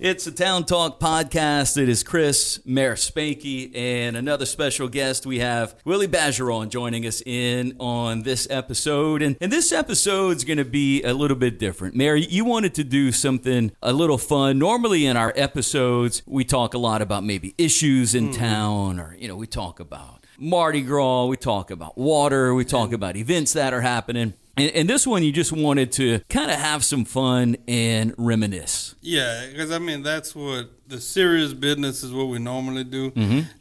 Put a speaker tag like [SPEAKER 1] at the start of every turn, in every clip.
[SPEAKER 1] It's a Town Talk podcast. It is Chris Mayor Spanky and another special guest. We have Willie Bajeron joining us in on this episode. And, and this episode's going to be a little bit different. Mary, you wanted to do something a little fun. Normally in our episodes, we talk a lot about maybe issues in
[SPEAKER 2] Mm-hmm.
[SPEAKER 1] town or, you know, we talk about Mardi Gras, we talk about water, we
[SPEAKER 2] Mm-hmm.
[SPEAKER 1] talk about events that are happening. And, and this one, you just wanted to kind of have some fun and reminisce.
[SPEAKER 3] Yeah, because I mean that's what the serious business is what we normally do.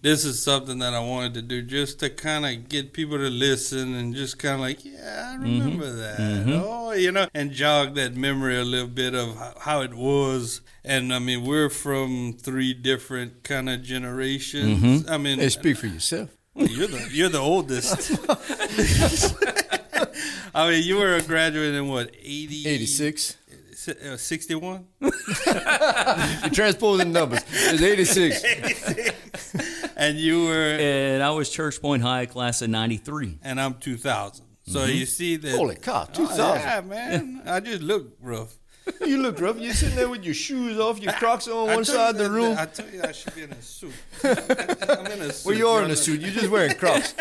[SPEAKER 3] This is something that I wanted to do just to kind of get people to listen and just kind of like, yeah, I remember that. Oh, you know, and jog that memory a little bit of h- how it was. And I mean, we're from three different kind of generations. I mean,
[SPEAKER 2] Hey, speak for yourself.
[SPEAKER 3] You're the you're the oldest. I mean, you were a graduate in what 80,
[SPEAKER 2] 86.
[SPEAKER 3] uh, 61?
[SPEAKER 2] You're transposing numbers. It's 86.
[SPEAKER 3] and you were
[SPEAKER 1] and I was Church Point High class of '93.
[SPEAKER 3] and I'm 2000. So you see that.
[SPEAKER 2] Mm-hmm. Holy cow,
[SPEAKER 3] Oh,
[SPEAKER 2] 2000.
[SPEAKER 3] yeah, man. I just look rough.
[SPEAKER 2] You look rough. You're sitting there with your shoes off, your Crocs on
[SPEAKER 3] I
[SPEAKER 2] one
[SPEAKER 3] told
[SPEAKER 2] side of
[SPEAKER 3] you
[SPEAKER 2] the
[SPEAKER 3] that-
[SPEAKER 2] room.
[SPEAKER 3] I told you I should be in a suit. I'm in a suit.
[SPEAKER 2] Well, you are in
[SPEAKER 3] brother.
[SPEAKER 2] a suit. You're just wearing Crocs.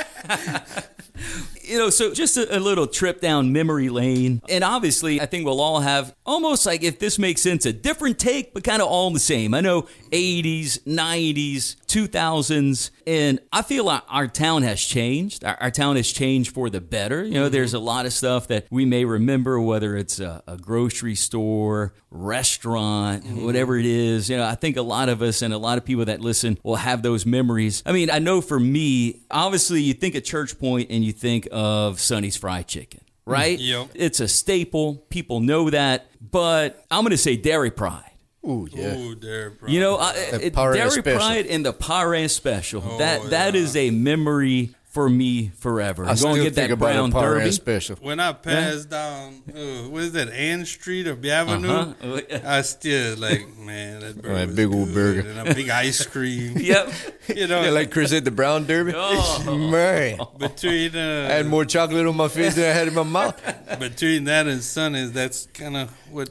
[SPEAKER 1] You know, so just a, a little trip down memory lane. And obviously, I think we'll all have almost like, if this makes sense, a different take, but kind of all the same. I know 80s, 90s, 2000s, and I feel our, our town has changed. Our, our town has changed for the better. You know, there's a lot of stuff that we may remember, whether it's a, a grocery store, restaurant,
[SPEAKER 2] Mm-hmm.
[SPEAKER 1] whatever it is. You know, I think a lot of us and a lot of people that listen will have those memories. I mean, I know for me, obviously, you think of Church Point and you think of Sonny's Fried Chicken, right?
[SPEAKER 2] Mm,
[SPEAKER 3] Yep.
[SPEAKER 1] It's a staple. People know that. But I'm going to say Dairy Pride.
[SPEAKER 2] Ooh, yeah.
[SPEAKER 3] Ooh, there, bro.
[SPEAKER 1] You know, I, it,
[SPEAKER 2] Pare
[SPEAKER 1] Dairy
[SPEAKER 2] Special. Oh,
[SPEAKER 1] Pride and the Pare Special. that that is a memory for me forever.
[SPEAKER 2] I
[SPEAKER 1] I'm
[SPEAKER 2] still
[SPEAKER 1] going to
[SPEAKER 2] think
[SPEAKER 1] get that
[SPEAKER 2] about
[SPEAKER 1] brown
[SPEAKER 2] a Power
[SPEAKER 1] derby.
[SPEAKER 2] special.
[SPEAKER 3] when I pass down, uh, what is that, Ann Street or B Avenue?
[SPEAKER 1] Uh-huh.
[SPEAKER 3] I still like, man, that burger.
[SPEAKER 2] that
[SPEAKER 3] was
[SPEAKER 2] big
[SPEAKER 3] good,
[SPEAKER 2] old burger.
[SPEAKER 3] And a big ice cream.
[SPEAKER 1] Yep.
[SPEAKER 3] You know,
[SPEAKER 2] Yeah, like Chris said, the brown derby.
[SPEAKER 1] Oh.
[SPEAKER 2] Man.
[SPEAKER 3] between
[SPEAKER 2] I
[SPEAKER 3] uh,
[SPEAKER 2] had more chocolate on my face than I had in my mouth.
[SPEAKER 3] between that and Sundays, that's kind of what,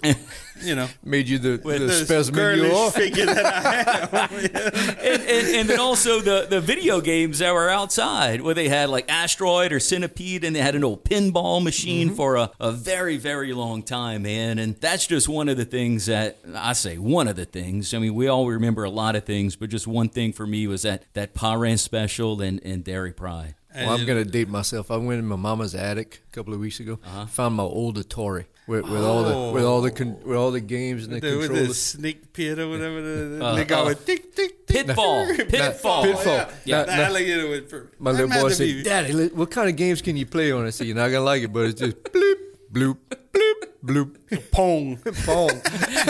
[SPEAKER 3] you know.
[SPEAKER 2] Made you the, the
[SPEAKER 3] this
[SPEAKER 2] specimen you
[SPEAKER 3] girlish
[SPEAKER 2] are.
[SPEAKER 3] figure that I am.
[SPEAKER 1] and, and, and then also the, the video games that were outside where they had like asteroid or centipede and they had an old pinball machine for a, a very very long time man and that's just one of the things that i say one of the things i mean we all remember a lot of things but just one thing for me was that that parent special and, and dairy pride
[SPEAKER 2] Well, I'm going to date myself. I went in my mama's attic a couple of weeks ago.
[SPEAKER 1] Uh-huh.
[SPEAKER 2] Found my old Atari with, with all the with all the con- with all the games and the
[SPEAKER 3] the, with the
[SPEAKER 2] controllers.
[SPEAKER 3] snake pit or whatever. The,
[SPEAKER 2] Uh,
[SPEAKER 3] the nigga went tick tick tick.
[SPEAKER 1] Uh, Pitfall.
[SPEAKER 3] That-
[SPEAKER 1] Pitfall.
[SPEAKER 2] Pitfall.
[SPEAKER 3] Yeah.
[SPEAKER 2] Yeah.
[SPEAKER 3] The
[SPEAKER 2] Nah, nah.
[SPEAKER 3] alligator went first.
[SPEAKER 2] My little
[SPEAKER 3] I'm
[SPEAKER 2] boy
[SPEAKER 3] not
[SPEAKER 2] said,
[SPEAKER 3] the baby.
[SPEAKER 2] "Daddy, li- what kind of games can you play on?" I said, "You're not gonna like it, but it's just bloop, bloop, bloop, bloop,
[SPEAKER 3] Pong.
[SPEAKER 2] pong."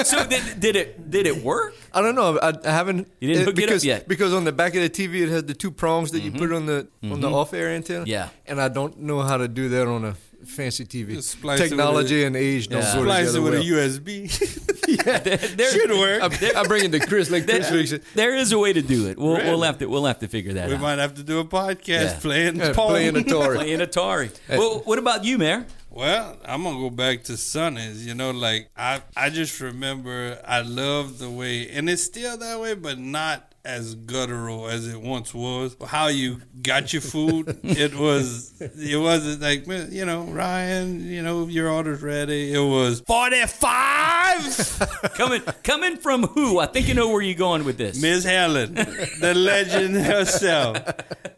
[SPEAKER 1] so did, did it did it work
[SPEAKER 2] I don't know. I, I haven't.
[SPEAKER 1] You didn't
[SPEAKER 2] it-
[SPEAKER 1] hook it up
[SPEAKER 2] because,
[SPEAKER 1] yet. Mm-hmm.
[SPEAKER 2] Because on the back of the TV, it has the two prongs that you put on the on the off-air antenna.
[SPEAKER 1] Yeah.
[SPEAKER 2] and I don't know how to do that on a fancy TV.
[SPEAKER 3] Just splice it with
[SPEAKER 2] Technology
[SPEAKER 3] a-
[SPEAKER 2] and age don't
[SPEAKER 1] Yeah.
[SPEAKER 2] go
[SPEAKER 3] Splice it
[SPEAKER 2] together
[SPEAKER 3] with
[SPEAKER 2] well.
[SPEAKER 3] a USB.
[SPEAKER 1] there,
[SPEAKER 3] Should work.
[SPEAKER 2] I, I bring it to Chris like Chris
[SPEAKER 1] there,
[SPEAKER 2] weeks.
[SPEAKER 1] there is a way to do it we'll, we'll
[SPEAKER 3] Really?
[SPEAKER 1] have to we'll have to figure that
[SPEAKER 3] we
[SPEAKER 1] out
[SPEAKER 3] might have to do a podcast
[SPEAKER 1] Yeah.
[SPEAKER 3] playing
[SPEAKER 2] Yeah,
[SPEAKER 3] Pong.
[SPEAKER 2] playing Atari.
[SPEAKER 1] playing atari well what about you mayor
[SPEAKER 3] Well, I'm gonna go back to Sundays. You know, like I, I just remember I loved the way, and it's still that way, but not as guttural as it once was. How you got your food, it was, it wasn't like man, you know, Ryan, you know, your order's ready. It was forty five.
[SPEAKER 1] coming coming from who? I think you know where you're going with this.
[SPEAKER 3] Miss Helen, the legend herself.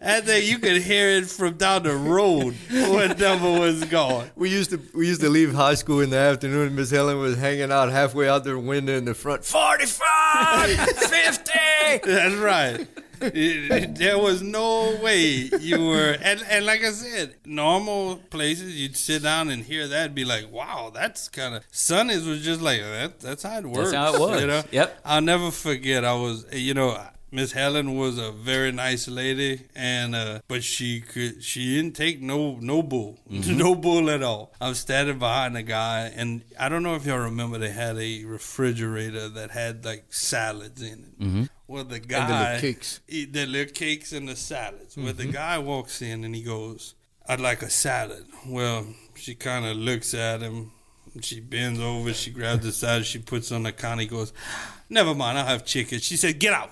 [SPEAKER 3] I think you could hear it from down the road what number was gone.
[SPEAKER 2] We used to we used to leave high school in the afternoon. Miss Helen was hanging out halfway out the window in the front.
[SPEAKER 1] 45, 50.
[SPEAKER 3] That's right. there was no way you were, and, and like I said, normal places you'd sit down and hear that, and be like, "Wow, that's kind of." Sundays was just like that. That's how it works.
[SPEAKER 1] how it was.
[SPEAKER 3] You know?
[SPEAKER 1] Yep.
[SPEAKER 3] I'll never forget. I was, you know, Miss Helen was a very nice lady, and uh, but she could she didn't take no no bull,
[SPEAKER 2] Mm-hmm.
[SPEAKER 3] no bull at all. I'm standing behind a guy, and I don't know if y'all remember they had a refrigerator that had like salads in it. Well, the guy
[SPEAKER 2] Mm-hmm. the little
[SPEAKER 3] guy
[SPEAKER 2] cakes.
[SPEAKER 3] eat the little cakes and the salads. Well, the guy walks in and he goes, "I'd like a salad." Well, she kind of looks at him, She bends over, she grabs the side, she puts on the con. He goes, Never mind, I'll have chicken. She said, Get out.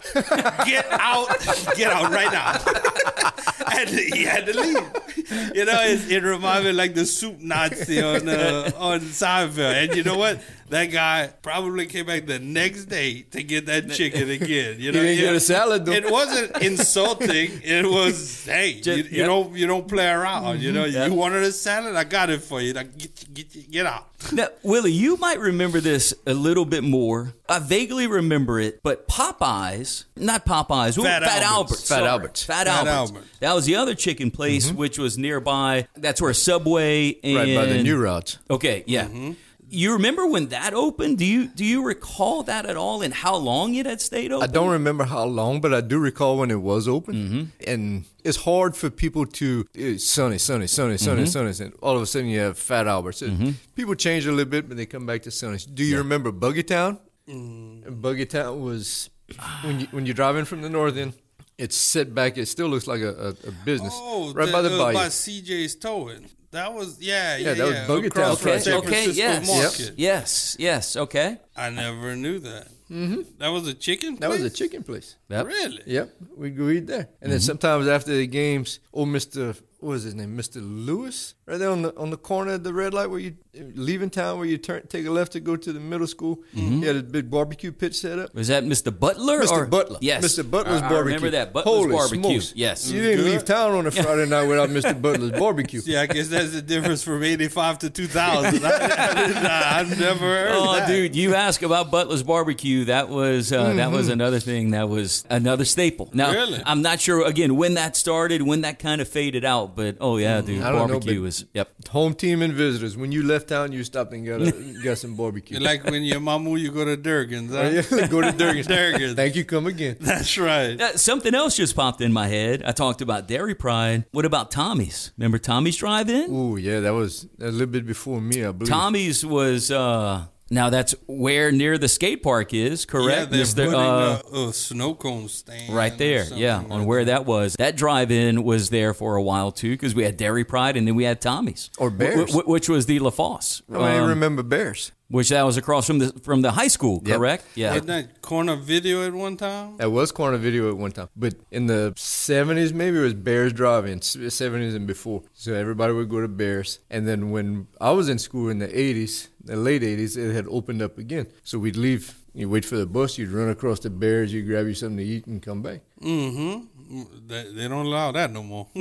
[SPEAKER 3] Get out. Get out right now. and he had to leave. You know, it, it reminded me like the soup Nazi on, uh, on Seinfeld. And you know what? That guy probably came back the next day to get that chicken again. You know, it,
[SPEAKER 2] didn't get a salad, though.
[SPEAKER 3] It wasn't insulting. It was, hey,
[SPEAKER 1] Ju-
[SPEAKER 3] you, you
[SPEAKER 1] yep.
[SPEAKER 3] don't you don't play
[SPEAKER 2] Mm-hmm.
[SPEAKER 3] around. You know,
[SPEAKER 1] Yep.
[SPEAKER 3] you wanted a salad, I got it for you. Now get get get out.
[SPEAKER 1] Now, Willie, you might remember this a little bit more. I vaguely remember it, but Popeyes, not Popeyes, who-
[SPEAKER 3] Fat
[SPEAKER 1] Fat
[SPEAKER 3] Albert's.
[SPEAKER 1] Albert's.
[SPEAKER 2] Fat
[SPEAKER 1] sorry.
[SPEAKER 2] Albert's. Mm-hmm.
[SPEAKER 1] Fat
[SPEAKER 3] Fat
[SPEAKER 1] Albert's.
[SPEAKER 3] Albert's.
[SPEAKER 1] That was the other chicken place, which was nearby. That's where Subway and.
[SPEAKER 2] right by the new routes.
[SPEAKER 1] Okay, yeah.
[SPEAKER 3] Mm-hmm.
[SPEAKER 1] You remember when that opened? Do you do you recall that at all and how long it had stayed
[SPEAKER 2] I
[SPEAKER 1] open?
[SPEAKER 2] don't remember how long, but I do recall when it was open. And it's hard for people to it's sunny, sunny, sunny, sunny, sunny, sunny. All of a sudden, you have Fat Alberts. And People change a little bit, but they come back to sunny. Do you remember Buggy Town? Buggy Town was when you when you drive in from the north end. It's set back. It still looks like a, a, a business
[SPEAKER 3] Oh,
[SPEAKER 2] right by the
[SPEAKER 3] uh,
[SPEAKER 2] bayou.
[SPEAKER 3] by CJ's towing. That was yeah, yeah, yeah.
[SPEAKER 2] that was Bogota
[SPEAKER 3] Across from
[SPEAKER 2] Fresh.
[SPEAKER 3] San
[SPEAKER 1] Okay,
[SPEAKER 3] Francisco
[SPEAKER 1] yes.
[SPEAKER 3] Market.
[SPEAKER 1] Yes, yes, okay.
[SPEAKER 3] I never knew that. That was a chicken.
[SPEAKER 2] Mm-hmm. that was a
[SPEAKER 3] place?
[SPEAKER 2] chicken place.
[SPEAKER 1] Yep.
[SPEAKER 3] Really?
[SPEAKER 2] Yep, we go eat there. And then sometimes after the games, old Mister, what was his name, Mister Lewis, right there on the on the corner of the red light where you leaving town, where you turn take a left to go to the middle school. He had a big barbecue pit set up.
[SPEAKER 1] Was that Mr. Butler?
[SPEAKER 2] Mr.
[SPEAKER 1] Or?
[SPEAKER 2] Butler,
[SPEAKER 1] Yes.
[SPEAKER 2] Mr. Butler's
[SPEAKER 1] I, I
[SPEAKER 2] barbecue.
[SPEAKER 1] remember that. Butler's
[SPEAKER 2] Holy
[SPEAKER 1] barbecue.
[SPEAKER 2] smokes.
[SPEAKER 1] Yes.
[SPEAKER 2] you didn't
[SPEAKER 3] Good.
[SPEAKER 2] leave town on a Friday night without Mister Butler's barbecue.
[SPEAKER 3] Yeah, I guess that's the difference from eighty-five to two thousand. I, I, have never heard
[SPEAKER 1] Oh,
[SPEAKER 3] that.
[SPEAKER 1] dude, you ask about Butler's barbecue. That was uh, that
[SPEAKER 2] Mm-hmm.
[SPEAKER 1] was another thing. That was another staple. Now,
[SPEAKER 3] Really?
[SPEAKER 1] I'm not sure again when that started, when that kind of faded out. But oh yeah, dude,
[SPEAKER 2] Mm-hmm. I don't know,
[SPEAKER 1] barbecue
[SPEAKER 2] but-
[SPEAKER 1] was yep.
[SPEAKER 2] Home team and visitors. When you left town, you stopped and got a, got some barbecue.
[SPEAKER 3] Like when your mamu, you go to Durgan's. Huh?
[SPEAKER 2] go to Durgan.
[SPEAKER 3] Durgan's.
[SPEAKER 2] Thank you. Come again.
[SPEAKER 3] That's right.
[SPEAKER 1] Uh, something else just popped in my head. I talked about Dairy Pride. What about Tommy's? Remember Tommy's Drive-In?
[SPEAKER 2] Ooh, yeah, that was a little bit before me, I believe.
[SPEAKER 1] Tommy's was uh, now that's where near the skate park is, correct?
[SPEAKER 3] Yeah, they're
[SPEAKER 1] Mr.
[SPEAKER 3] putting
[SPEAKER 1] uh,
[SPEAKER 3] a, a snow cone stand
[SPEAKER 1] Right
[SPEAKER 3] or
[SPEAKER 1] there, yeah,
[SPEAKER 3] something
[SPEAKER 1] on
[SPEAKER 3] like
[SPEAKER 1] where that was. That drive-in was there for a while too, because we had Dairy Pride and then we had Tommy's
[SPEAKER 2] Or
[SPEAKER 1] wh-
[SPEAKER 2] Bears.
[SPEAKER 1] wh- which was the LaFosse,
[SPEAKER 2] Oh, I
[SPEAKER 1] um,
[SPEAKER 2] remember bears.
[SPEAKER 1] which that was across from the from the high school,
[SPEAKER 2] Yep.
[SPEAKER 1] correct? Yeah,
[SPEAKER 3] Wasn't that corner video at one time?
[SPEAKER 2] That was corner video at one time, but in the seventies, maybe it was Bears driving seventies and before. So everybody would go to Bears, and then when I was in school in the eighties, the late eighties, it had opened up again. So we'd leave, you wait for the bus, you'd run across the Bears, you grab you something to eat, and come back.
[SPEAKER 3] Mm-hmm. They, they don't allow that no more.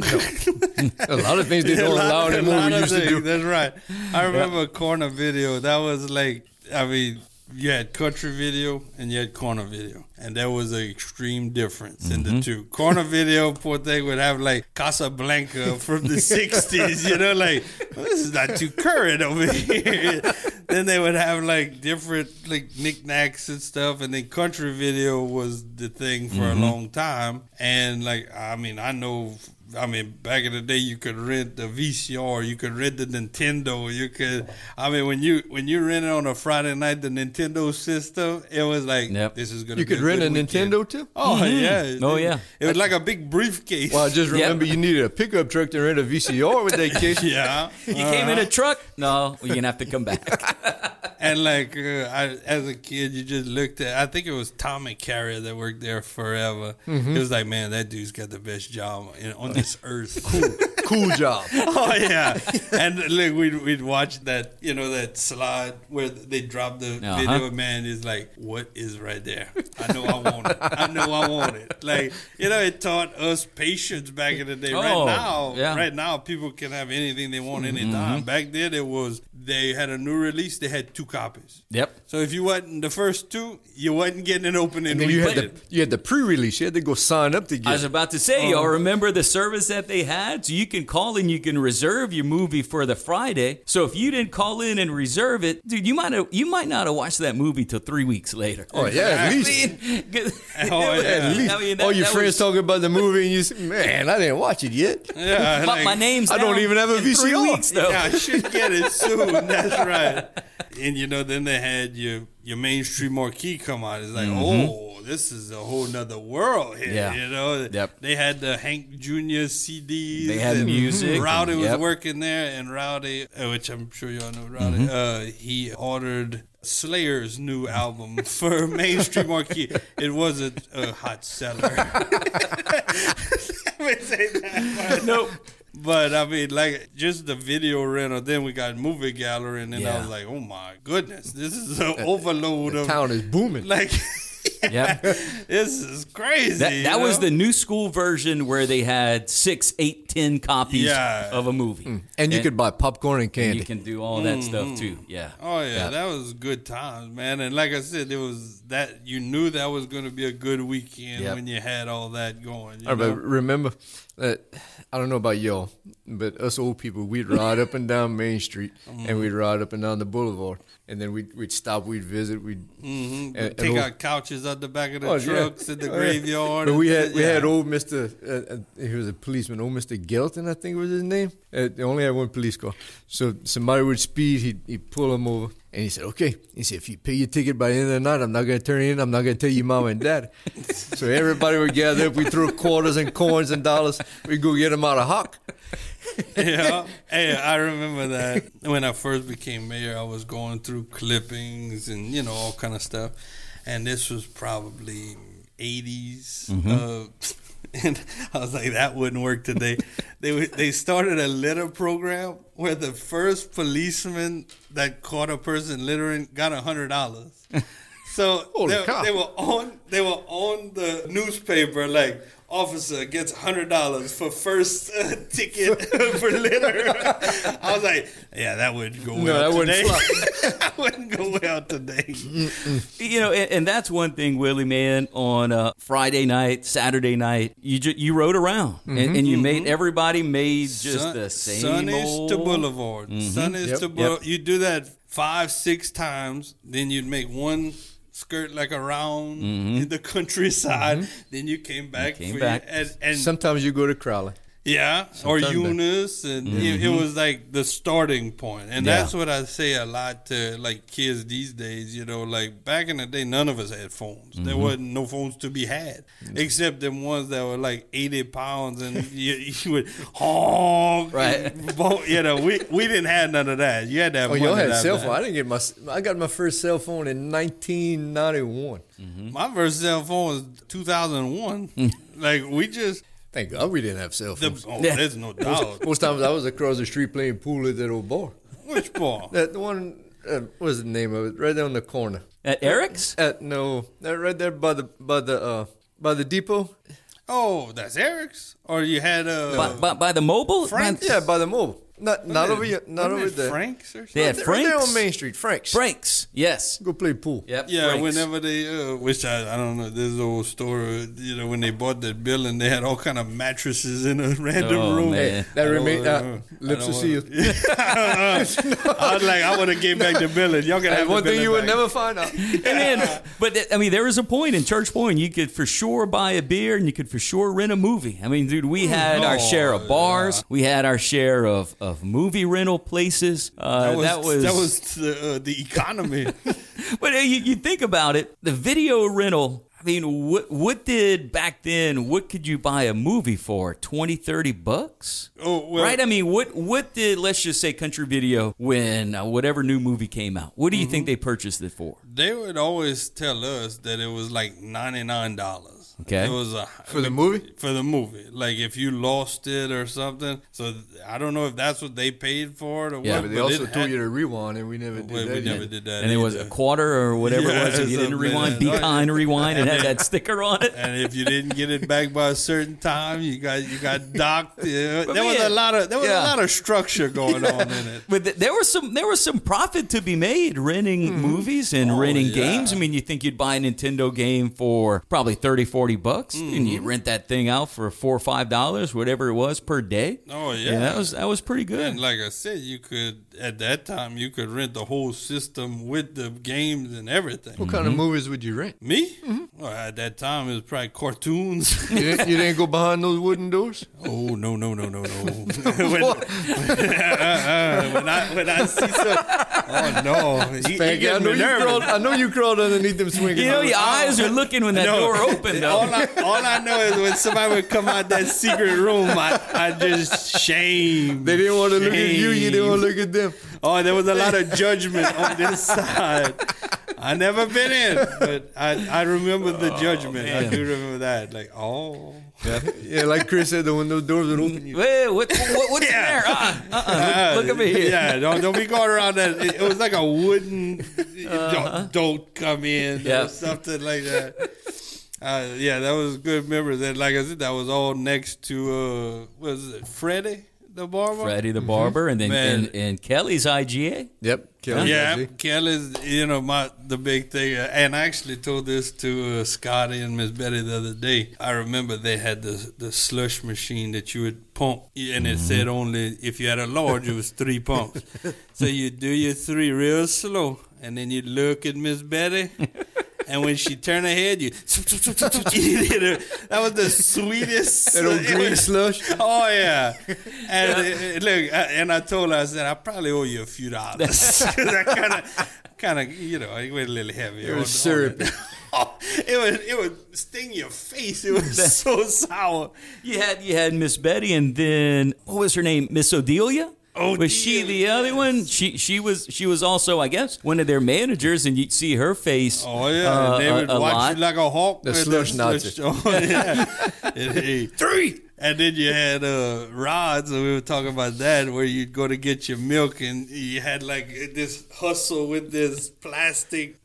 [SPEAKER 2] A lot of things they don't
[SPEAKER 3] A lot-
[SPEAKER 2] allow
[SPEAKER 3] a
[SPEAKER 2] anymore.
[SPEAKER 3] lot
[SPEAKER 2] We
[SPEAKER 3] of
[SPEAKER 2] used to
[SPEAKER 3] things,
[SPEAKER 2] do.
[SPEAKER 3] That's right. I remember a corner video. That was like, I mean, you had country video and you had corner video, and there was an extreme difference
[SPEAKER 2] Mm-hmm.
[SPEAKER 3] in the two. Corner video, poor thing, would have like Casablanca from the '60s. You know, like "Well, this is not too current over here. then they would have like different like knickknacks and stuff, and then country video was the thing for
[SPEAKER 2] Mm-hmm.
[SPEAKER 3] a long time. And like, I mean, I know I mean, back in the day, you could rent the VCR, you could rent the Nintendo, you could. I mean, when you when you rented on a Friday night the Nintendo system, it was like
[SPEAKER 1] Yep.
[SPEAKER 3] this is gonna.
[SPEAKER 2] You
[SPEAKER 3] be
[SPEAKER 2] could rent a
[SPEAKER 3] good weekend.
[SPEAKER 2] Nintendo too.
[SPEAKER 3] Oh yeah.
[SPEAKER 1] Oh, yeah.
[SPEAKER 3] It was like a big briefcase.
[SPEAKER 2] Well, I just remember you needed a pickup truck to rent a VCR with that case.
[SPEAKER 3] yeah.
[SPEAKER 1] you came in a truck. No, you're gonna have to come back.
[SPEAKER 3] and like uh, I, as a kid, you just looked at. I think it was Tom and Carrier that worked there forever.
[SPEAKER 2] Mm-hmm.
[SPEAKER 3] It was like, man, that dude's got the best job in, on this earth.
[SPEAKER 2] Cool job.
[SPEAKER 3] oh yeah, and like we'd we'd watch that you know that slide where they drop the
[SPEAKER 1] Uh-huh.
[SPEAKER 3] video. Man is like, what is right there? I know I want it. I know I want it. Like you know, it taught us patience back in the day.
[SPEAKER 1] Oh,
[SPEAKER 3] right now,
[SPEAKER 1] yeah.
[SPEAKER 3] right now, people can have anything they want anytime. Back then, it was they had a new release. They had two copies.
[SPEAKER 1] yep.
[SPEAKER 3] So if you wasn't the first two, you wasn't getting an opening.
[SPEAKER 2] And then you had
[SPEAKER 3] weekend.
[SPEAKER 2] the you had the pre-release. You had to go sign up to get.
[SPEAKER 1] I was
[SPEAKER 2] it.
[SPEAKER 1] about to say,
[SPEAKER 2] Um,
[SPEAKER 1] y'all remember the service that they had? So you can call in, you can reserve your movie for the Friday. So if you didn't call in and reserve it, dude, you might have, you might not have watched that movie till three weeks later.
[SPEAKER 2] Oh yeah, at
[SPEAKER 1] I
[SPEAKER 2] least.
[SPEAKER 1] mean, 'cause-
[SPEAKER 3] Oh, yeah.
[SPEAKER 2] At least
[SPEAKER 1] I mean, that-
[SPEAKER 2] all your
[SPEAKER 1] that
[SPEAKER 2] friends
[SPEAKER 1] was-
[SPEAKER 2] talking about the movie, and you say, "Man, I didn't watch it yet."
[SPEAKER 3] yeah,
[SPEAKER 1] my,
[SPEAKER 3] like-
[SPEAKER 1] my name's.
[SPEAKER 2] I don't
[SPEAKER 1] down
[SPEAKER 2] even have a
[SPEAKER 1] in three
[SPEAKER 2] VCR.
[SPEAKER 1] weeks, though.
[SPEAKER 3] Yeah, I should get it soon. That's right. and you know, then they had your your mainstream marquee come on. It's like, oh, this is a whole nother world here.
[SPEAKER 1] Mm-hmm. Yeah.
[SPEAKER 3] You know,
[SPEAKER 1] Yep.
[SPEAKER 3] they had the Hank Jr. CDs.
[SPEAKER 1] They had
[SPEAKER 3] and
[SPEAKER 1] music
[SPEAKER 3] Rowdy
[SPEAKER 1] and-
[SPEAKER 3] was
[SPEAKER 1] yep.
[SPEAKER 3] working there, and Rowdy, uh, which I'm sure y'all know, Rowdy, uh,
[SPEAKER 1] Mm-hmm.
[SPEAKER 3] he ordered. Slayer's new album for mainstream marquee. It was a, a hot seller. Let me say that much.
[SPEAKER 1] Nope.
[SPEAKER 3] But I mean, like just the video rental. Then we got movie gallery, and then I
[SPEAKER 1] Yeah.
[SPEAKER 3] was like, "Oh my goodness, this is an overload of
[SPEAKER 2] Town is booming.
[SPEAKER 3] like
[SPEAKER 1] Yep.
[SPEAKER 3] this is crazy."
[SPEAKER 1] That,
[SPEAKER 3] you
[SPEAKER 1] that was
[SPEAKER 3] know?
[SPEAKER 1] the new school version where they had six, eight, ten copies
[SPEAKER 3] Yeah.
[SPEAKER 1] of a movie.
[SPEAKER 2] and you could buy popcorn and
[SPEAKER 1] And
[SPEAKER 2] candy.
[SPEAKER 1] you can do all that
[SPEAKER 2] Mm.
[SPEAKER 1] stuff too. Yeah.
[SPEAKER 3] Oh yeah, that was good times, man. And like I said, it was that you knew that was going to be a good weekend
[SPEAKER 2] Yep.
[SPEAKER 3] when you had all that going. you
[SPEAKER 2] All right,
[SPEAKER 3] know?
[SPEAKER 2] but remember that I don't know about y'all, but us old people, we'd ride up and down Main Street, and we'd ride up and down the boulevard, and then we'd we'd stop, we'd visit, we'd and- and
[SPEAKER 3] Mm-hmm. Take
[SPEAKER 2] old-
[SPEAKER 3] out couches out the back of the
[SPEAKER 2] Oh, yeah.
[SPEAKER 3] trucks at the
[SPEAKER 2] Oh, yeah.
[SPEAKER 3] graveyard.
[SPEAKER 2] But
[SPEAKER 3] and
[SPEAKER 2] we
[SPEAKER 3] shit,
[SPEAKER 2] had we
[SPEAKER 3] yeah.
[SPEAKER 2] had old Mister, uh, uh, he was a policeman, old Mister Gelton, I think was his name. Uh, they only had one police car, so somebody would speed, he'd, he'd pull him over, and he said, "Okay," he said, "If you pay your ticket by the end of the night, I'm not gonna turn it in. I'm not gonna tell your mom and dad." so everybody would gather up, we threw quarters and coins and dollars, we go get him out of hock.
[SPEAKER 3] yeah. Hey, I remember that when I first became mayor, I was going through clippings and you know all kind of stuff, and this was probably '80s.
[SPEAKER 2] Mm-hmm.
[SPEAKER 3] Uh, and I was like, that wouldn't work today. they w- they started a litter program where the first policeman that caught a person littering got a hundred dollars. So
[SPEAKER 2] Holy
[SPEAKER 3] they,
[SPEAKER 2] cow.
[SPEAKER 3] they were on they were on the newspaper like officer gets hundred dollars for first uh, ticket for litter. I was like, yeah, that wouldn't go well.
[SPEAKER 2] that wouldn't
[SPEAKER 3] today. that wouldn't go well today.
[SPEAKER 1] You know, and, and that's one thing, Willie, man, on uh, Friday night, Saturday night, you ju- you rode around and, and you made
[SPEAKER 2] Mm-hmm.
[SPEAKER 1] everybody made just
[SPEAKER 3] Sun-
[SPEAKER 1] the same old-
[SPEAKER 3] Sun
[SPEAKER 1] Mm-hmm.
[SPEAKER 3] is to Boulevard. Sun is
[SPEAKER 2] Yep.
[SPEAKER 3] to Boulevard. You do that five, six times, then you'd make one skirt like around in the countryside.
[SPEAKER 2] Mm-hmm.
[SPEAKER 3] Then you came back
[SPEAKER 1] Mm-hmm. came
[SPEAKER 3] for
[SPEAKER 1] back.
[SPEAKER 3] Your, and, and
[SPEAKER 2] Sometimes you go to Crowley.
[SPEAKER 3] Yeah, or
[SPEAKER 2] Thunder.
[SPEAKER 3] Eunice, and it,
[SPEAKER 1] Mm-hmm.
[SPEAKER 3] it was like the starting point, and that's what I say a lot to like kids these days. You know, like back in the day, none of us had phones.
[SPEAKER 1] Mm-hmm.
[SPEAKER 3] There wasn't no phones to be had, except them ones that were like eighty pounds, and you, you would honk.
[SPEAKER 1] Right.
[SPEAKER 3] bo- You know, we we didn't have none of that. You had to have.
[SPEAKER 2] Oh, y'all
[SPEAKER 3] money
[SPEAKER 2] had
[SPEAKER 3] that
[SPEAKER 2] cell
[SPEAKER 3] bad.
[SPEAKER 2] phone. I didn't get my. I got my first cell phone in 1991.
[SPEAKER 1] Mm-hmm.
[SPEAKER 3] My first cell phone was two thousand
[SPEAKER 1] Mm.
[SPEAKER 3] one. like we just,
[SPEAKER 2] Thank God we didn't have cell
[SPEAKER 3] the,
[SPEAKER 2] phones.
[SPEAKER 3] oh,
[SPEAKER 1] Yeah.
[SPEAKER 3] there's no doubt.
[SPEAKER 2] Most times I was across the street playing pool at that old bar.
[SPEAKER 3] Which ball?
[SPEAKER 2] That the one, uh, what was the name of it? Right there on the corner.
[SPEAKER 1] At Eric's?
[SPEAKER 2] At no, that right there by the by the uh, by the depot.
[SPEAKER 3] Oh, that's Eric's, or you had uh,
[SPEAKER 1] By, by, by the mobile?
[SPEAKER 3] Frank?
[SPEAKER 1] Man,
[SPEAKER 2] Yeah, by the mobile. Not not
[SPEAKER 3] Wasn't
[SPEAKER 2] over
[SPEAKER 3] it-
[SPEAKER 2] here. Not
[SPEAKER 3] wasn't
[SPEAKER 2] over
[SPEAKER 3] it
[SPEAKER 2] there.
[SPEAKER 3] Frank's or something.
[SPEAKER 1] Yeah,
[SPEAKER 2] Right there
[SPEAKER 1] Frank's.
[SPEAKER 2] on Main Street. Frank's.
[SPEAKER 1] Frank's, yes.
[SPEAKER 2] Go play pool.
[SPEAKER 1] Yep,
[SPEAKER 3] Yeah,
[SPEAKER 1] Frank's.
[SPEAKER 3] whenever they, uh, which I, I don't know, this old store, uh, you know, when they bought that building, they had all kind of mattresses in a random
[SPEAKER 1] Oh,
[SPEAKER 3] room.
[SPEAKER 1] man.
[SPEAKER 2] That
[SPEAKER 3] I don't
[SPEAKER 2] remain
[SPEAKER 3] wanna- I
[SPEAKER 2] uh, lips
[SPEAKER 3] don't
[SPEAKER 2] are sealed.
[SPEAKER 3] wanna- I was like, I would have gave back the building. Y'all gotta
[SPEAKER 2] Hey,
[SPEAKER 3] have
[SPEAKER 2] one
[SPEAKER 3] the
[SPEAKER 2] thing you would
[SPEAKER 3] building back.
[SPEAKER 2] never find out.
[SPEAKER 1] And then, but th- I mean, there was a point in Church Point you could for sure buy a beer and you could for sure rent a movie. I mean, dude, we had our share
[SPEAKER 3] Oh,
[SPEAKER 1] of bars, we had our share of, of movie rental places. Uh,
[SPEAKER 3] That was that was, the, uh, the economy.
[SPEAKER 1] but uh, you, you think about it, the video rental. I mean, what what did back then? What could you buy a movie for? 20, 30 bucks?
[SPEAKER 3] Oh, well-
[SPEAKER 1] right. I mean, what what did let's just say Country Video when uh, whatever new movie came out? What do
[SPEAKER 3] Mm-hmm.
[SPEAKER 1] you think they purchased it for?
[SPEAKER 3] they would always tell us that it was like ninety nine dollars.
[SPEAKER 1] Okay.
[SPEAKER 3] it was a
[SPEAKER 2] For the movie?
[SPEAKER 3] for the movie. Like if you lost it or something. So th- I don't know if that's what they paid for it or
[SPEAKER 1] Yeah,
[SPEAKER 3] what.
[SPEAKER 2] But they
[SPEAKER 3] it
[SPEAKER 2] also told
[SPEAKER 3] had-
[SPEAKER 2] you to rewind, and we never did
[SPEAKER 3] Well,
[SPEAKER 2] that.
[SPEAKER 3] we
[SPEAKER 2] either.
[SPEAKER 3] never did that.
[SPEAKER 1] and it was a
[SPEAKER 3] either.
[SPEAKER 1] quarter or whatever it was.
[SPEAKER 3] Yeah,
[SPEAKER 1] If you didn't
[SPEAKER 3] something
[SPEAKER 1] rewind,
[SPEAKER 3] like
[SPEAKER 1] be
[SPEAKER 3] that.
[SPEAKER 1] kind, rewind, and had that sticker on it.
[SPEAKER 3] and if you didn't get it back by a certain time, you got you got docked. Yeah, there was
[SPEAKER 1] man,
[SPEAKER 3] a lot of there was
[SPEAKER 1] yeah.
[SPEAKER 3] a lot of structure going on in it.
[SPEAKER 1] But th- there was some there was some profit to be made renting movies and renting
[SPEAKER 3] Oh, yeah.
[SPEAKER 1] games. I mean, you think you'd buy a Nintendo game for probably 30, 40 bucks,
[SPEAKER 3] Hmm.
[SPEAKER 1] and you rent that thing out for four or five dollars, whatever it was per day.
[SPEAKER 3] Oh,
[SPEAKER 1] And
[SPEAKER 3] yeah.
[SPEAKER 1] that was that was pretty good.
[SPEAKER 3] And like I said, you could at that time you could rent the whole system with the games and everything.
[SPEAKER 2] What kind of movies would you rent?
[SPEAKER 3] Me? Well, at that time, it was probably cartoons.
[SPEAKER 2] You didn't, you didn't go behind those wooden doors?
[SPEAKER 3] oh no no no no no! when, uh, uh, when I when I see some, oh no, you, you
[SPEAKER 2] Spanky, I,
[SPEAKER 3] get
[SPEAKER 2] know
[SPEAKER 3] me
[SPEAKER 2] you
[SPEAKER 3] nervous.
[SPEAKER 2] crawled, I know you crawled underneath them swinging
[SPEAKER 1] You know,
[SPEAKER 2] doors.
[SPEAKER 1] your eyes are looking when that
[SPEAKER 3] No.
[SPEAKER 1] door opened,
[SPEAKER 3] All
[SPEAKER 1] though.
[SPEAKER 3] I, all I know is when somebody would come out that secret room, I, I just shame.
[SPEAKER 2] They didn't want to look at you, you didn't want to look at them.
[SPEAKER 3] Oh, there was a lot of judgment on this side. I never been in, but I, I remember the judgment. I do remember that. Like, oh,
[SPEAKER 2] Yeah, like Chris said, the window doors would open.
[SPEAKER 3] Mm-hmm.
[SPEAKER 2] You.
[SPEAKER 1] Wait, what, what, what's in there? Uh, uh, uh, look, look at me here.
[SPEAKER 3] Yeah, don't, don't be going around that. It, it was like a wooden.
[SPEAKER 1] Uh-huh.
[SPEAKER 3] Don't, don't come in
[SPEAKER 1] Yeah.
[SPEAKER 3] or something like that. Uh, yeah, that was good memories. And like I said, that was all next to uh, was it Freddie the barber?
[SPEAKER 1] Freddie the Barber and then
[SPEAKER 3] Man.
[SPEAKER 1] and, and Kelly's IGA.
[SPEAKER 2] Yep. Kelly
[SPEAKER 3] Yeah,
[SPEAKER 2] Reggie.
[SPEAKER 3] Kelly's, you know, my the big thing. Uh, and I actually told this to uh, Scotty and Miss Betty the other day. I remember they had the the slush machine that you would pump, and it
[SPEAKER 2] Mm-hmm.
[SPEAKER 3] said only if you had a large, it was three pumps. so you do your three real slow, and then you look at Miss Betty. And when she turned her head, you. that was the sweetest.
[SPEAKER 2] That old
[SPEAKER 3] it
[SPEAKER 2] green
[SPEAKER 3] was-
[SPEAKER 2] slush.
[SPEAKER 3] Oh yeah, and uh, look, I, and I told her I said I probably owe you a few dollars 'Cause I kind of, kind of, you know, it went a little heavy.
[SPEAKER 2] It was
[SPEAKER 3] on- on it. it was it would sting your face. It was so sour.
[SPEAKER 1] You had you had Miss Betty, and then what was her name? Miss Odelia.
[SPEAKER 3] Odelia,
[SPEAKER 1] was she the other one? She she was she was also I guess one of their managers, and you'd see her face.
[SPEAKER 3] Oh yeah,
[SPEAKER 1] uh,
[SPEAKER 3] they would
[SPEAKER 1] a, a
[SPEAKER 3] watch
[SPEAKER 1] lot.
[SPEAKER 3] you like a hawk.
[SPEAKER 2] The
[SPEAKER 3] with
[SPEAKER 2] slush Nazi.
[SPEAKER 3] Oh yeah, And, hey, three. And then you had uh, rods, and we were talking about that, where you'd go to get your milk, and you had like this hustle with this plastic.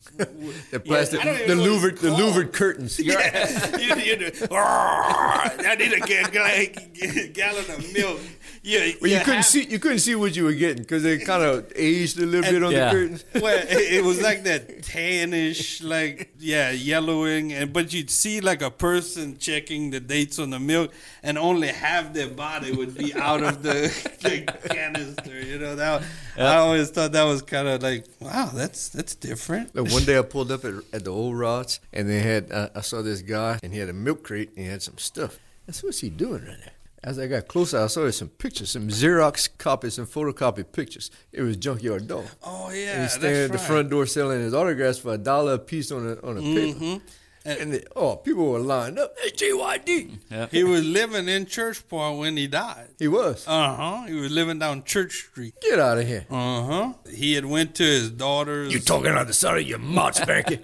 [SPEAKER 2] The plastic,
[SPEAKER 3] I don't even
[SPEAKER 2] the
[SPEAKER 3] know what
[SPEAKER 2] louvered,
[SPEAKER 3] it's
[SPEAKER 2] the
[SPEAKER 3] called.
[SPEAKER 2] louvered curtains.
[SPEAKER 3] Yeah. you, you do, "Arrgh, I need a ga- ga- gallon of milk. Yeah,
[SPEAKER 2] Well, you
[SPEAKER 3] yeah,
[SPEAKER 2] couldn't
[SPEAKER 3] half-
[SPEAKER 2] see, you couldn't see what you were getting because they kind of aged a little bit on
[SPEAKER 1] Yeah.
[SPEAKER 2] the curtains.
[SPEAKER 3] Well, it, it was like that tannish, like yeah, yellowing, and but you'd see like a person checking the dates on the milk, and only half their body would be out of the, the canister. You know that. I always thought that was kind of like, wow, that's that's different.
[SPEAKER 2] Look, one day I pulled up at, at the old Rods and they had uh, I saw this guy and he had a milk crate and he had some stuff. I said, "What's he doing right there?" As I got closer, I saw some pictures, some Xerox copies, some photocopy pictures. It was Junkyard Dog.
[SPEAKER 3] Oh yeah,
[SPEAKER 2] and he's
[SPEAKER 3] that's
[SPEAKER 2] standing at the
[SPEAKER 3] right.
[SPEAKER 2] front door selling his autographs for a dollar a piece on a on a paper. Mm-hmm. And, Mm-hmm. they, oh, people were lined up. Hey, JYD,
[SPEAKER 3] He was living in Church Point when he died.
[SPEAKER 2] he was.
[SPEAKER 3] Uh huh. He was living down Church Street.
[SPEAKER 2] Get out of here.
[SPEAKER 3] Uh huh. He had went to his daughter's.
[SPEAKER 2] talking out the side of your mouth, Spanky?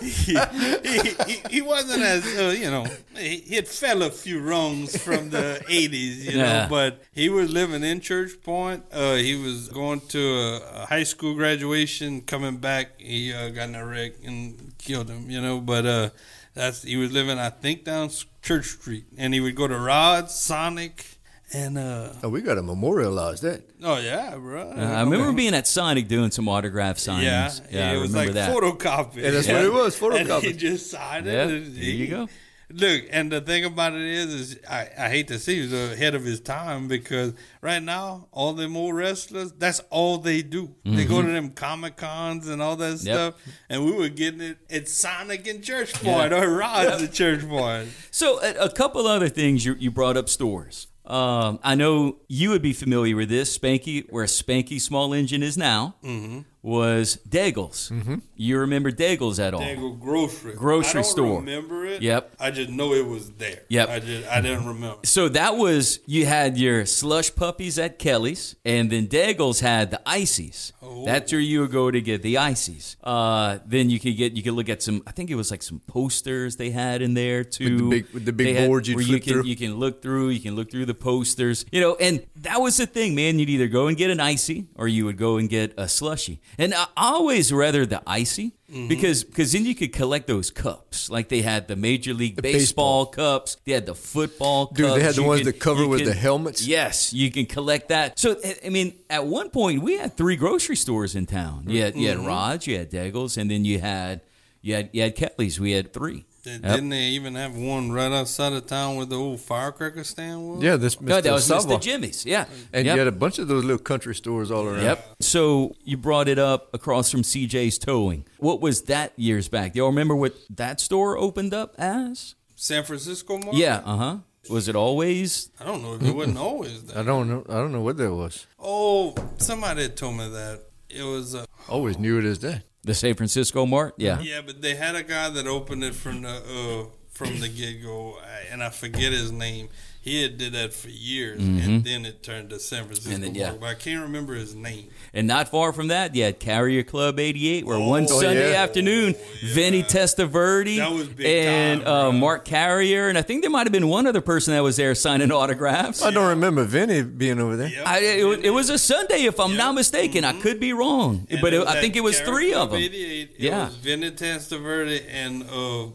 [SPEAKER 3] he, he, he- he wasn't as uh, you know he, he had fell a few rungs from the 80s you know
[SPEAKER 1] Yeah.
[SPEAKER 3] but he was living in church point uh, he was going to a, a high school graduation coming back he uh, got in a wreck and killed him you know but uh, that's he was living i think down S- church street and he would go to rod sonic and uh,
[SPEAKER 2] oh, we got to memorialize that.
[SPEAKER 3] oh yeah bro
[SPEAKER 1] Uh, I remember being at Sonic doing some autograph signings.
[SPEAKER 3] yeah,
[SPEAKER 1] I
[SPEAKER 3] it was
[SPEAKER 1] remember
[SPEAKER 3] like
[SPEAKER 1] that.
[SPEAKER 3] photocopy.
[SPEAKER 2] Yeah, that's what it was,
[SPEAKER 3] And he
[SPEAKER 2] photocopy.
[SPEAKER 3] just signed
[SPEAKER 1] Yeah,
[SPEAKER 3] it. and
[SPEAKER 1] there
[SPEAKER 3] he-
[SPEAKER 1] you go.
[SPEAKER 3] Look, and the thing about it is, is I, I hate to see he was ahead of his time because right now all them old wrestlers, that's all they do. They go to
[SPEAKER 1] Mm-hmm.
[SPEAKER 3] them comic cons and all that stuff, and we were getting it at Sonic and Church Point or Rod's at Church Point.
[SPEAKER 1] So, a, a couple other things you, you brought up stores. Um, I know you would be familiar with this, Spanky, where Spanky Small Engine is now,
[SPEAKER 3] Mm-hmm.
[SPEAKER 1] was Daigles. You remember Daigles at all?
[SPEAKER 3] Dangle grocery
[SPEAKER 1] Grocery
[SPEAKER 3] I don't
[SPEAKER 1] store.
[SPEAKER 3] Remember it?
[SPEAKER 1] Yep.
[SPEAKER 3] I just know it was there.
[SPEAKER 1] Yep.
[SPEAKER 3] I just I didn't remember.
[SPEAKER 1] So that was you had your slush puppies at Kelly's, and then Daigles had the ices.
[SPEAKER 2] Oh.
[SPEAKER 1] That's where you would go to get the ices. Uh, then you could get you could look at some. I think it was like some posters they had in there too.
[SPEAKER 2] big- with the big
[SPEAKER 1] They had-
[SPEAKER 2] board you'd
[SPEAKER 1] where you
[SPEAKER 2] flip
[SPEAKER 1] can,
[SPEAKER 2] through.
[SPEAKER 1] You can look through. You can look through the posters. You know, and that was the thing, man. You'd either go and get an icy, or you would go and get a slushy. And I I always rather the icy.
[SPEAKER 2] Mm-hmm.
[SPEAKER 1] Because, because then you could collect those cups, like they had the Major League baseball,
[SPEAKER 2] baseball.
[SPEAKER 1] cups, they had the football
[SPEAKER 2] Dude, they
[SPEAKER 1] cups.
[SPEAKER 2] had the
[SPEAKER 1] You
[SPEAKER 2] ones
[SPEAKER 1] can-
[SPEAKER 2] that cover
[SPEAKER 1] you
[SPEAKER 2] with
[SPEAKER 1] can-
[SPEAKER 2] the helmets?
[SPEAKER 1] Yes, you can collect that. So, I- I mean, at one point we had three grocery stores
[SPEAKER 2] Mm-hmm.
[SPEAKER 1] in town. You had, you had Rod's, you had Daigle's, and then you had you had you had Kelly's. We had three.
[SPEAKER 3] They, Didn't they even have one right outside of town where the old firecracker stand was?
[SPEAKER 2] Yeah, this Mr.
[SPEAKER 1] No, that was
[SPEAKER 2] Sava.
[SPEAKER 1] Mr. Jimmy's. Yeah.
[SPEAKER 2] And
[SPEAKER 1] Yep.
[SPEAKER 2] you had a bunch of those little country stores all around.
[SPEAKER 1] Yep. So you brought it up across from CJ's Towing. What was that years back? Do y'all remember what that store opened up as?
[SPEAKER 3] San Francisco Market?
[SPEAKER 1] Yeah. Uh huh. Was it always?
[SPEAKER 3] I don't know if it wasn't always
[SPEAKER 2] I
[SPEAKER 3] that.
[SPEAKER 2] don't know. I don't know what that was.
[SPEAKER 3] Oh, somebody had told me that. It was, uh,
[SPEAKER 2] Always knew it as that.
[SPEAKER 1] The San Francisco Mart, yeah.
[SPEAKER 3] yeah, but they had a guy that opened it from the, uh, from the get-go, I- and I forget his name. He had did that for years, and then it turned to San Francisco
[SPEAKER 1] Mm-hmm. then, yeah.
[SPEAKER 3] Market, but I can't remember his name.
[SPEAKER 1] And not far from that, you had Carrier Club '88, where one
[SPEAKER 2] Oh,
[SPEAKER 1] Sunday
[SPEAKER 2] yeah.
[SPEAKER 1] afternoon, Vinny Testaverde
[SPEAKER 3] That was big
[SPEAKER 1] and
[SPEAKER 3] time,
[SPEAKER 1] uh,
[SPEAKER 3] bro.
[SPEAKER 1] Mark Carrier, and I think there might have been one other person that was there signing autographs.
[SPEAKER 2] I don't remember Vinny being over there.
[SPEAKER 3] Yep.
[SPEAKER 1] I, it, was, it was a Sunday, if I'm not mistaken. I could be wrong,
[SPEAKER 3] Mm-hmm. And
[SPEAKER 1] but it,
[SPEAKER 3] was
[SPEAKER 1] I
[SPEAKER 3] that
[SPEAKER 1] think it was
[SPEAKER 3] Carrot
[SPEAKER 1] three
[SPEAKER 3] Club
[SPEAKER 1] of them.
[SPEAKER 3] 88. It
[SPEAKER 1] Yeah.
[SPEAKER 3] was Vinny Testaverde and uh,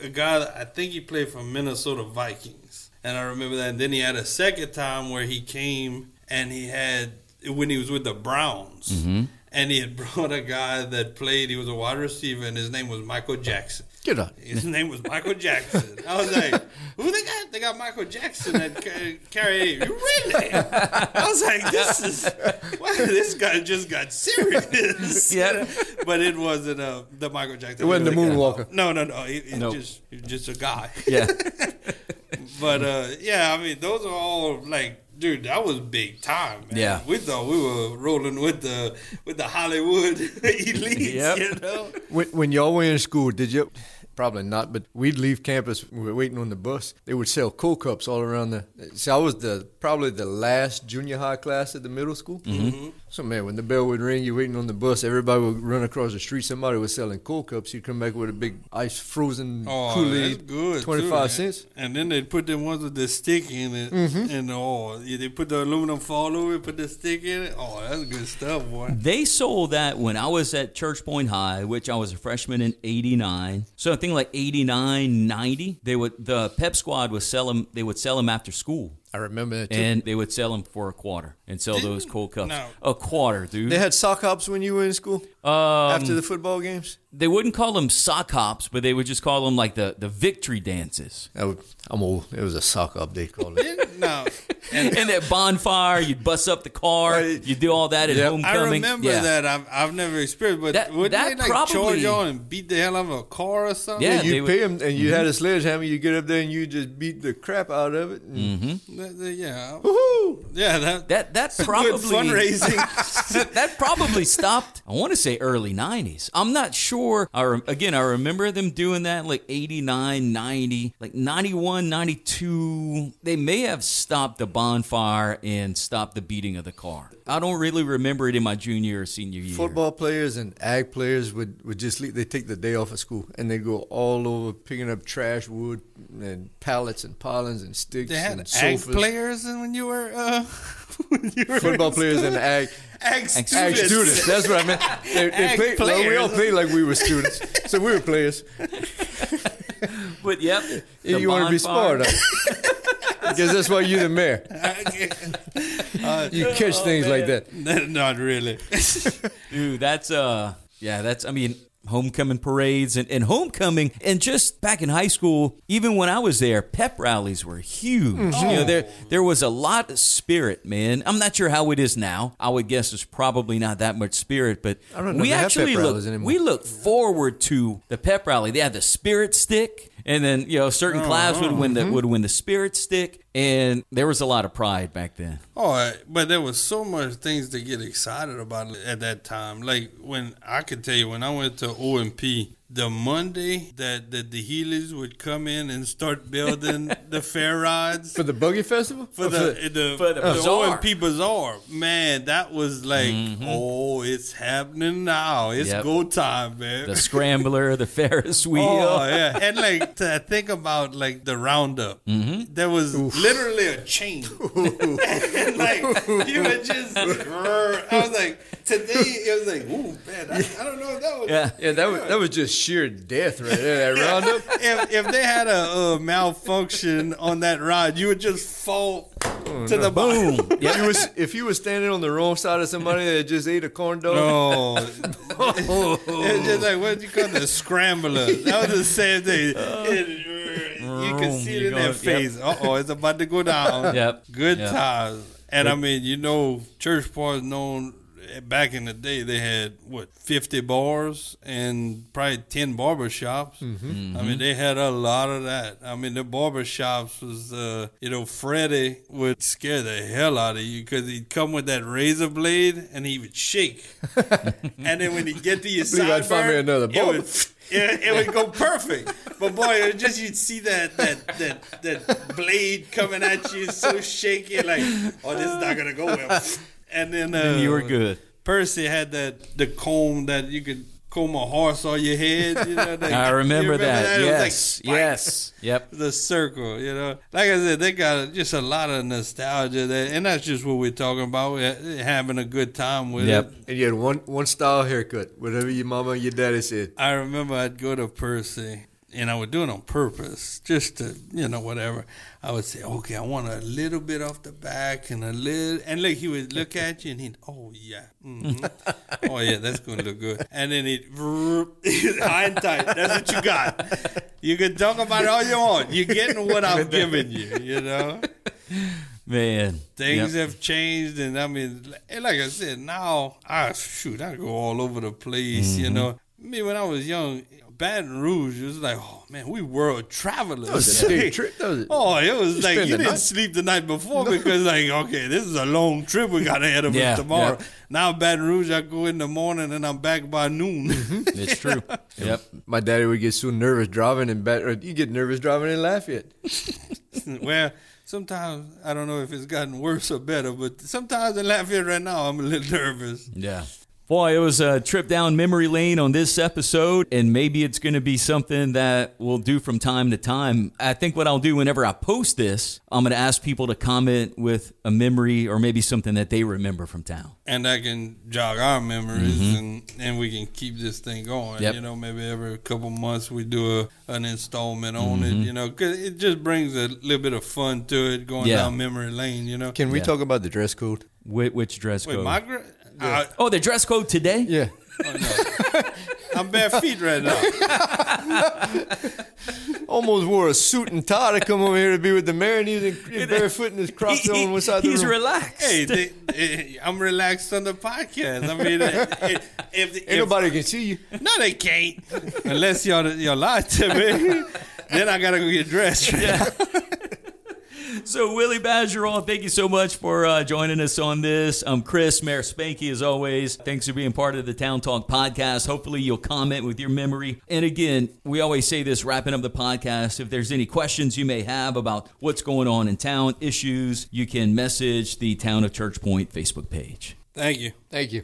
[SPEAKER 3] a guy, that- I think he played for Minnesota Vikings. And I remember that. And then he had a second time where he came and he had, when he was with the Browns,
[SPEAKER 1] Mm-hmm.
[SPEAKER 3] and he had brought a guy that played, he was a wide receiver, and his name was Michael Jackson.
[SPEAKER 2] Get out.
[SPEAKER 3] His name was Michael Jackson. I was like, who they got? They got Michael Jackson at Ca- Carrie. Really? I was like, this is, why this guy just got serious.
[SPEAKER 1] Yeah.
[SPEAKER 3] But it wasn't uh, the Michael Jackson.
[SPEAKER 2] It wasn't the
[SPEAKER 3] He was like,
[SPEAKER 2] Moonwalker.
[SPEAKER 3] No, no, no. It, it
[SPEAKER 1] Nope.
[SPEAKER 3] just, it was just a guy.
[SPEAKER 1] Yeah,
[SPEAKER 3] But uh, yeah, I mean, those are all like, dude, that was big time. Man.
[SPEAKER 1] Yeah.
[SPEAKER 3] We thought we were rolling with the with the Hollywood elites,
[SPEAKER 1] Yep.
[SPEAKER 3] you know?
[SPEAKER 2] When, when y'all were in school, did you? Probably not, but we'd leave campus. We were waiting on the bus. They would sell cold cups all around the. See, I was the probably the last junior high class at the middle school. Mm-hmm. So man, when the bell would ring, you're waiting on the bus. Everybody would run across the street. Somebody was selling cold cups. You'd come back with a big ice frozen Kool
[SPEAKER 3] Oh, that's
[SPEAKER 2] Aid,
[SPEAKER 3] good. too,
[SPEAKER 2] twenty
[SPEAKER 3] man.
[SPEAKER 2] five cents. Mm-hmm.
[SPEAKER 3] And then they put them ones with the stick in it, and oh, yeah, they put the aluminum foil over it, put the stick in it. Oh, that's good stuff, boy.
[SPEAKER 1] they sold that when I was at Church Point High, which I was a freshman in '89. So I think like '89, '90, they would the Pep Squad was sell them. They would sell them after school,
[SPEAKER 2] I remember that. Too.
[SPEAKER 1] and they would sell them for a quarter and sell those cold cups.
[SPEAKER 3] no.
[SPEAKER 1] A quarter, dude.
[SPEAKER 2] they had sock hops when you were in school
[SPEAKER 3] Um,
[SPEAKER 2] after the football games.
[SPEAKER 1] they wouldn't call them sock hops, but they would just call them like the, the victory dances.
[SPEAKER 2] I would, I'm old. It was a sock hop. They called it.
[SPEAKER 3] no,
[SPEAKER 1] And that bonfire, you'd bust up the car,
[SPEAKER 2] Right.
[SPEAKER 1] you do all that at
[SPEAKER 2] Yep.
[SPEAKER 1] homecoming.
[SPEAKER 3] I remember
[SPEAKER 1] Yeah.
[SPEAKER 3] that. I've, I've never experienced, but
[SPEAKER 1] That-
[SPEAKER 3] would
[SPEAKER 1] that
[SPEAKER 3] they like
[SPEAKER 1] probably-
[SPEAKER 3] charge on and beat the hell out of a car or something?
[SPEAKER 1] Yeah,
[SPEAKER 2] you
[SPEAKER 1] they would-
[SPEAKER 2] pay them, and you had
[SPEAKER 3] Mm-hmm.
[SPEAKER 2] a sledgehammer. You get up there and you just beat the crap out of it. And
[SPEAKER 3] That- that- yeah,
[SPEAKER 2] Woo-hoo!
[SPEAKER 3] yeah. That,
[SPEAKER 1] That that
[SPEAKER 3] good
[SPEAKER 1] probably
[SPEAKER 3] fundraising.
[SPEAKER 1] that probably stopped. I want to say early '90s. I'm not sure. I rem- again, I remember them doing that like '89, '90, like '91, '92. They may have stopped the bonfire and stopped the beating of the car. I don't really remember it in my junior or senior year.
[SPEAKER 2] Football players and ag players would, would just leave. They take the day off of school and they go all over picking up trash, wood, and pallets and pollens and sticks
[SPEAKER 3] they had
[SPEAKER 2] and
[SPEAKER 3] ag
[SPEAKER 2] sofas.
[SPEAKER 3] players and when you were uh, when you were
[SPEAKER 2] Football
[SPEAKER 3] in
[SPEAKER 2] players
[SPEAKER 3] school.
[SPEAKER 2] and ag.
[SPEAKER 3] ag
[SPEAKER 2] Ag
[SPEAKER 3] students.
[SPEAKER 2] students, that's what I meant. They, they
[SPEAKER 3] Ag
[SPEAKER 2] played, well, we all
[SPEAKER 3] players.
[SPEAKER 2] played like we were students, so we were players.
[SPEAKER 1] But yep, the
[SPEAKER 2] you want to be
[SPEAKER 1] bonfire.
[SPEAKER 2] smart, huh? because that's why you're the mayor. You catch things like that.
[SPEAKER 3] Not really.
[SPEAKER 1] Dude, that's uh yeah, that's I mean homecoming parades and, and homecoming and just back in high school, even when I was there, pep rallies were huge.
[SPEAKER 2] Mm-hmm.
[SPEAKER 1] You
[SPEAKER 2] Oh.
[SPEAKER 1] know, there there was a lot of spirit, man. I'm not sure how it is now. I would guess there's probably not that much spirit, but
[SPEAKER 2] I don't know
[SPEAKER 1] we
[SPEAKER 2] if they have
[SPEAKER 1] actually
[SPEAKER 2] pep
[SPEAKER 1] look
[SPEAKER 2] rallies anymore.
[SPEAKER 1] we look forward to the pep rally. They had the spirit stick and then you know certain class would win the
[SPEAKER 2] Uh-huh.
[SPEAKER 1] would win the spirit stick and there was a lot of pride back then.
[SPEAKER 3] Oh, I- but there was so much things to get excited about at that time. Like when I could tell you when I went to OMP, the Monday that, that the Heelys would come in and start building the fair rides
[SPEAKER 2] For the buggy festival?
[SPEAKER 3] for
[SPEAKER 2] Or
[SPEAKER 3] the the,
[SPEAKER 1] for the bazaar.
[SPEAKER 3] OMP bazaar. Man, that was like, oh, it's happening now. It's
[SPEAKER 1] Mm-hmm. Yep.
[SPEAKER 3] go time, man.
[SPEAKER 1] The E scrambler, the Ferris wheel.
[SPEAKER 3] Oh yeah, and like to think about like the roundup,
[SPEAKER 1] Mm-hmm.
[SPEAKER 3] there was literally a chain, and like you would just. grrr. I was like, today it was like, ooh man, I, I don't know if that was.
[SPEAKER 1] Yeah.
[SPEAKER 2] Yeah, that was, that was just sheer death right there. That roundup.
[SPEAKER 3] If, if they had a, uh malfunction on that ride, you would just fall to the bone.
[SPEAKER 1] Boom.
[SPEAKER 2] If you, was, if you was standing on the wrong side of somebody that just ate a corn dog,
[SPEAKER 3] No, it's just like what you call the scrambler. That was the same thing. It- you can see it
[SPEAKER 1] Oh. You
[SPEAKER 3] in
[SPEAKER 1] go-
[SPEAKER 3] their
[SPEAKER 1] yep.
[SPEAKER 3] face. Uh oh, it's about to go down.
[SPEAKER 1] Yep.
[SPEAKER 3] Good
[SPEAKER 1] Yep.
[SPEAKER 3] times. And I mean, you know, church bars known eh, back in the day they had what 50 bars and probably 10 barber shops i
[SPEAKER 1] Mm-hmm.
[SPEAKER 3] mean they had a lot of that i mean the barber shops was uh you know freddie would scare the hell out of you because he'd come with that razor blade and he would shake and then when he get to your
[SPEAKER 2] believe
[SPEAKER 3] sideburn,
[SPEAKER 2] I'd find me another
[SPEAKER 3] It
[SPEAKER 2] barber.
[SPEAKER 3] would, it, it would go perfect. But boy, it was just you'd see that that that that blade coming at you so shaky, like oh, this is not gonna go well. And then uh,
[SPEAKER 1] you were good.
[SPEAKER 3] Percy had that the comb that you could comb a horse on your head. You know, that,
[SPEAKER 1] I
[SPEAKER 3] you
[SPEAKER 1] remember, that.
[SPEAKER 3] It was like
[SPEAKER 1] Yes.
[SPEAKER 3] spikes
[SPEAKER 1] yes. Yep.
[SPEAKER 3] the circle, you know. Like I said, they got just a lot of nostalgia there, and that's just what we're talking about. We're having a good time with
[SPEAKER 1] Yep.
[SPEAKER 3] it.
[SPEAKER 2] and you had one one style haircut, whatever your mama and your daddy said.
[SPEAKER 3] I remember I'd go to Percy, and I would do it on purpose, just to you know whatever. I would say, okay, I want a little bit off the back and a little, and look, he would look at you, and he'd, oh yeah, hmm oh yeah, that's gonna look good, and then he'd, hindsight, that's what you got. You can talk about it all you want. You're getting what I'm giving you, you know.
[SPEAKER 1] Man.
[SPEAKER 3] Things
[SPEAKER 1] Yep.
[SPEAKER 3] have changed, and I mean, and like I said, now I shoot, I go all over the place.
[SPEAKER 1] Mm-hmm.
[SPEAKER 3] You know, me when I was young, Baton Rouge it was like, oh man, we world travelers.
[SPEAKER 2] was a big trip. That was-
[SPEAKER 3] oh, it was like you
[SPEAKER 2] spend the
[SPEAKER 3] didn't
[SPEAKER 2] night.
[SPEAKER 3] sleep the night before because like, okay, this is a long trip we got ahead of
[SPEAKER 1] Yeah,
[SPEAKER 3] us tomorrow.
[SPEAKER 1] yeah.
[SPEAKER 3] Now Baton Rouge, I go in the morning and I'm back by noon.
[SPEAKER 1] It's true. Yep.
[SPEAKER 2] My daddy would get so nervous driving in Bat- or you get nervous driving in Lafayette.
[SPEAKER 3] well, sometimes I don't know if it's gotten worse or better, but sometimes in Lafayette right now, I'm a little nervous.
[SPEAKER 1] Yeah. Boy, it was a trip down memory lane on this episode, and maybe it's going to be something that we'll do from time to time. I think what I'll do whenever I post this, I'm going to ask people to comment with a memory or maybe something that they remember from town.
[SPEAKER 3] and that can jog our memories
[SPEAKER 2] Mm-hmm.
[SPEAKER 3] and, and we can keep this thing going.
[SPEAKER 1] Yep.
[SPEAKER 3] You know, maybe every couple months we do a, an installment on
[SPEAKER 2] Mm-hmm.
[SPEAKER 3] it, you know, because it just brings a little bit of fun to it going
[SPEAKER 1] Yeah.
[SPEAKER 3] down memory lane, you know.
[SPEAKER 2] Can we
[SPEAKER 1] Yeah.
[SPEAKER 2] talk about the dress code?
[SPEAKER 1] Whi- which dress
[SPEAKER 3] Wait,
[SPEAKER 1] code?
[SPEAKER 3] my gra- I,
[SPEAKER 1] oh, the dress code today?
[SPEAKER 2] Yeah.
[SPEAKER 3] I'm bare feet right now.
[SPEAKER 2] Almost wore a suit and tie to come over here to be with the mayor, and he was in, in barefoot and his
[SPEAKER 1] He-
[SPEAKER 2] crops
[SPEAKER 1] he-
[SPEAKER 2] on one side of the
[SPEAKER 1] he's
[SPEAKER 2] room.
[SPEAKER 1] relaxed.
[SPEAKER 3] hey, they, eh, I'm relaxed on the podcast. I mean, eh, if, if,
[SPEAKER 2] Ain't nobody can see you.
[SPEAKER 3] no, they can't unless y'all y'all lie to me. then I gotta go get dressed.
[SPEAKER 1] So, Willie Bajeron, thank you so much for uh, joining us on this. I'm Chris, Mayor Spanky, as always. Thanks for being part of the Town Talk podcast. Hopefully, you'll comment with your memory. And again, we always say this wrapping up the podcast. If there's any questions you may have about what's going on in town, issues, you can message the Town of Church Point Facebook page.
[SPEAKER 3] Thank you.
[SPEAKER 2] Thank you.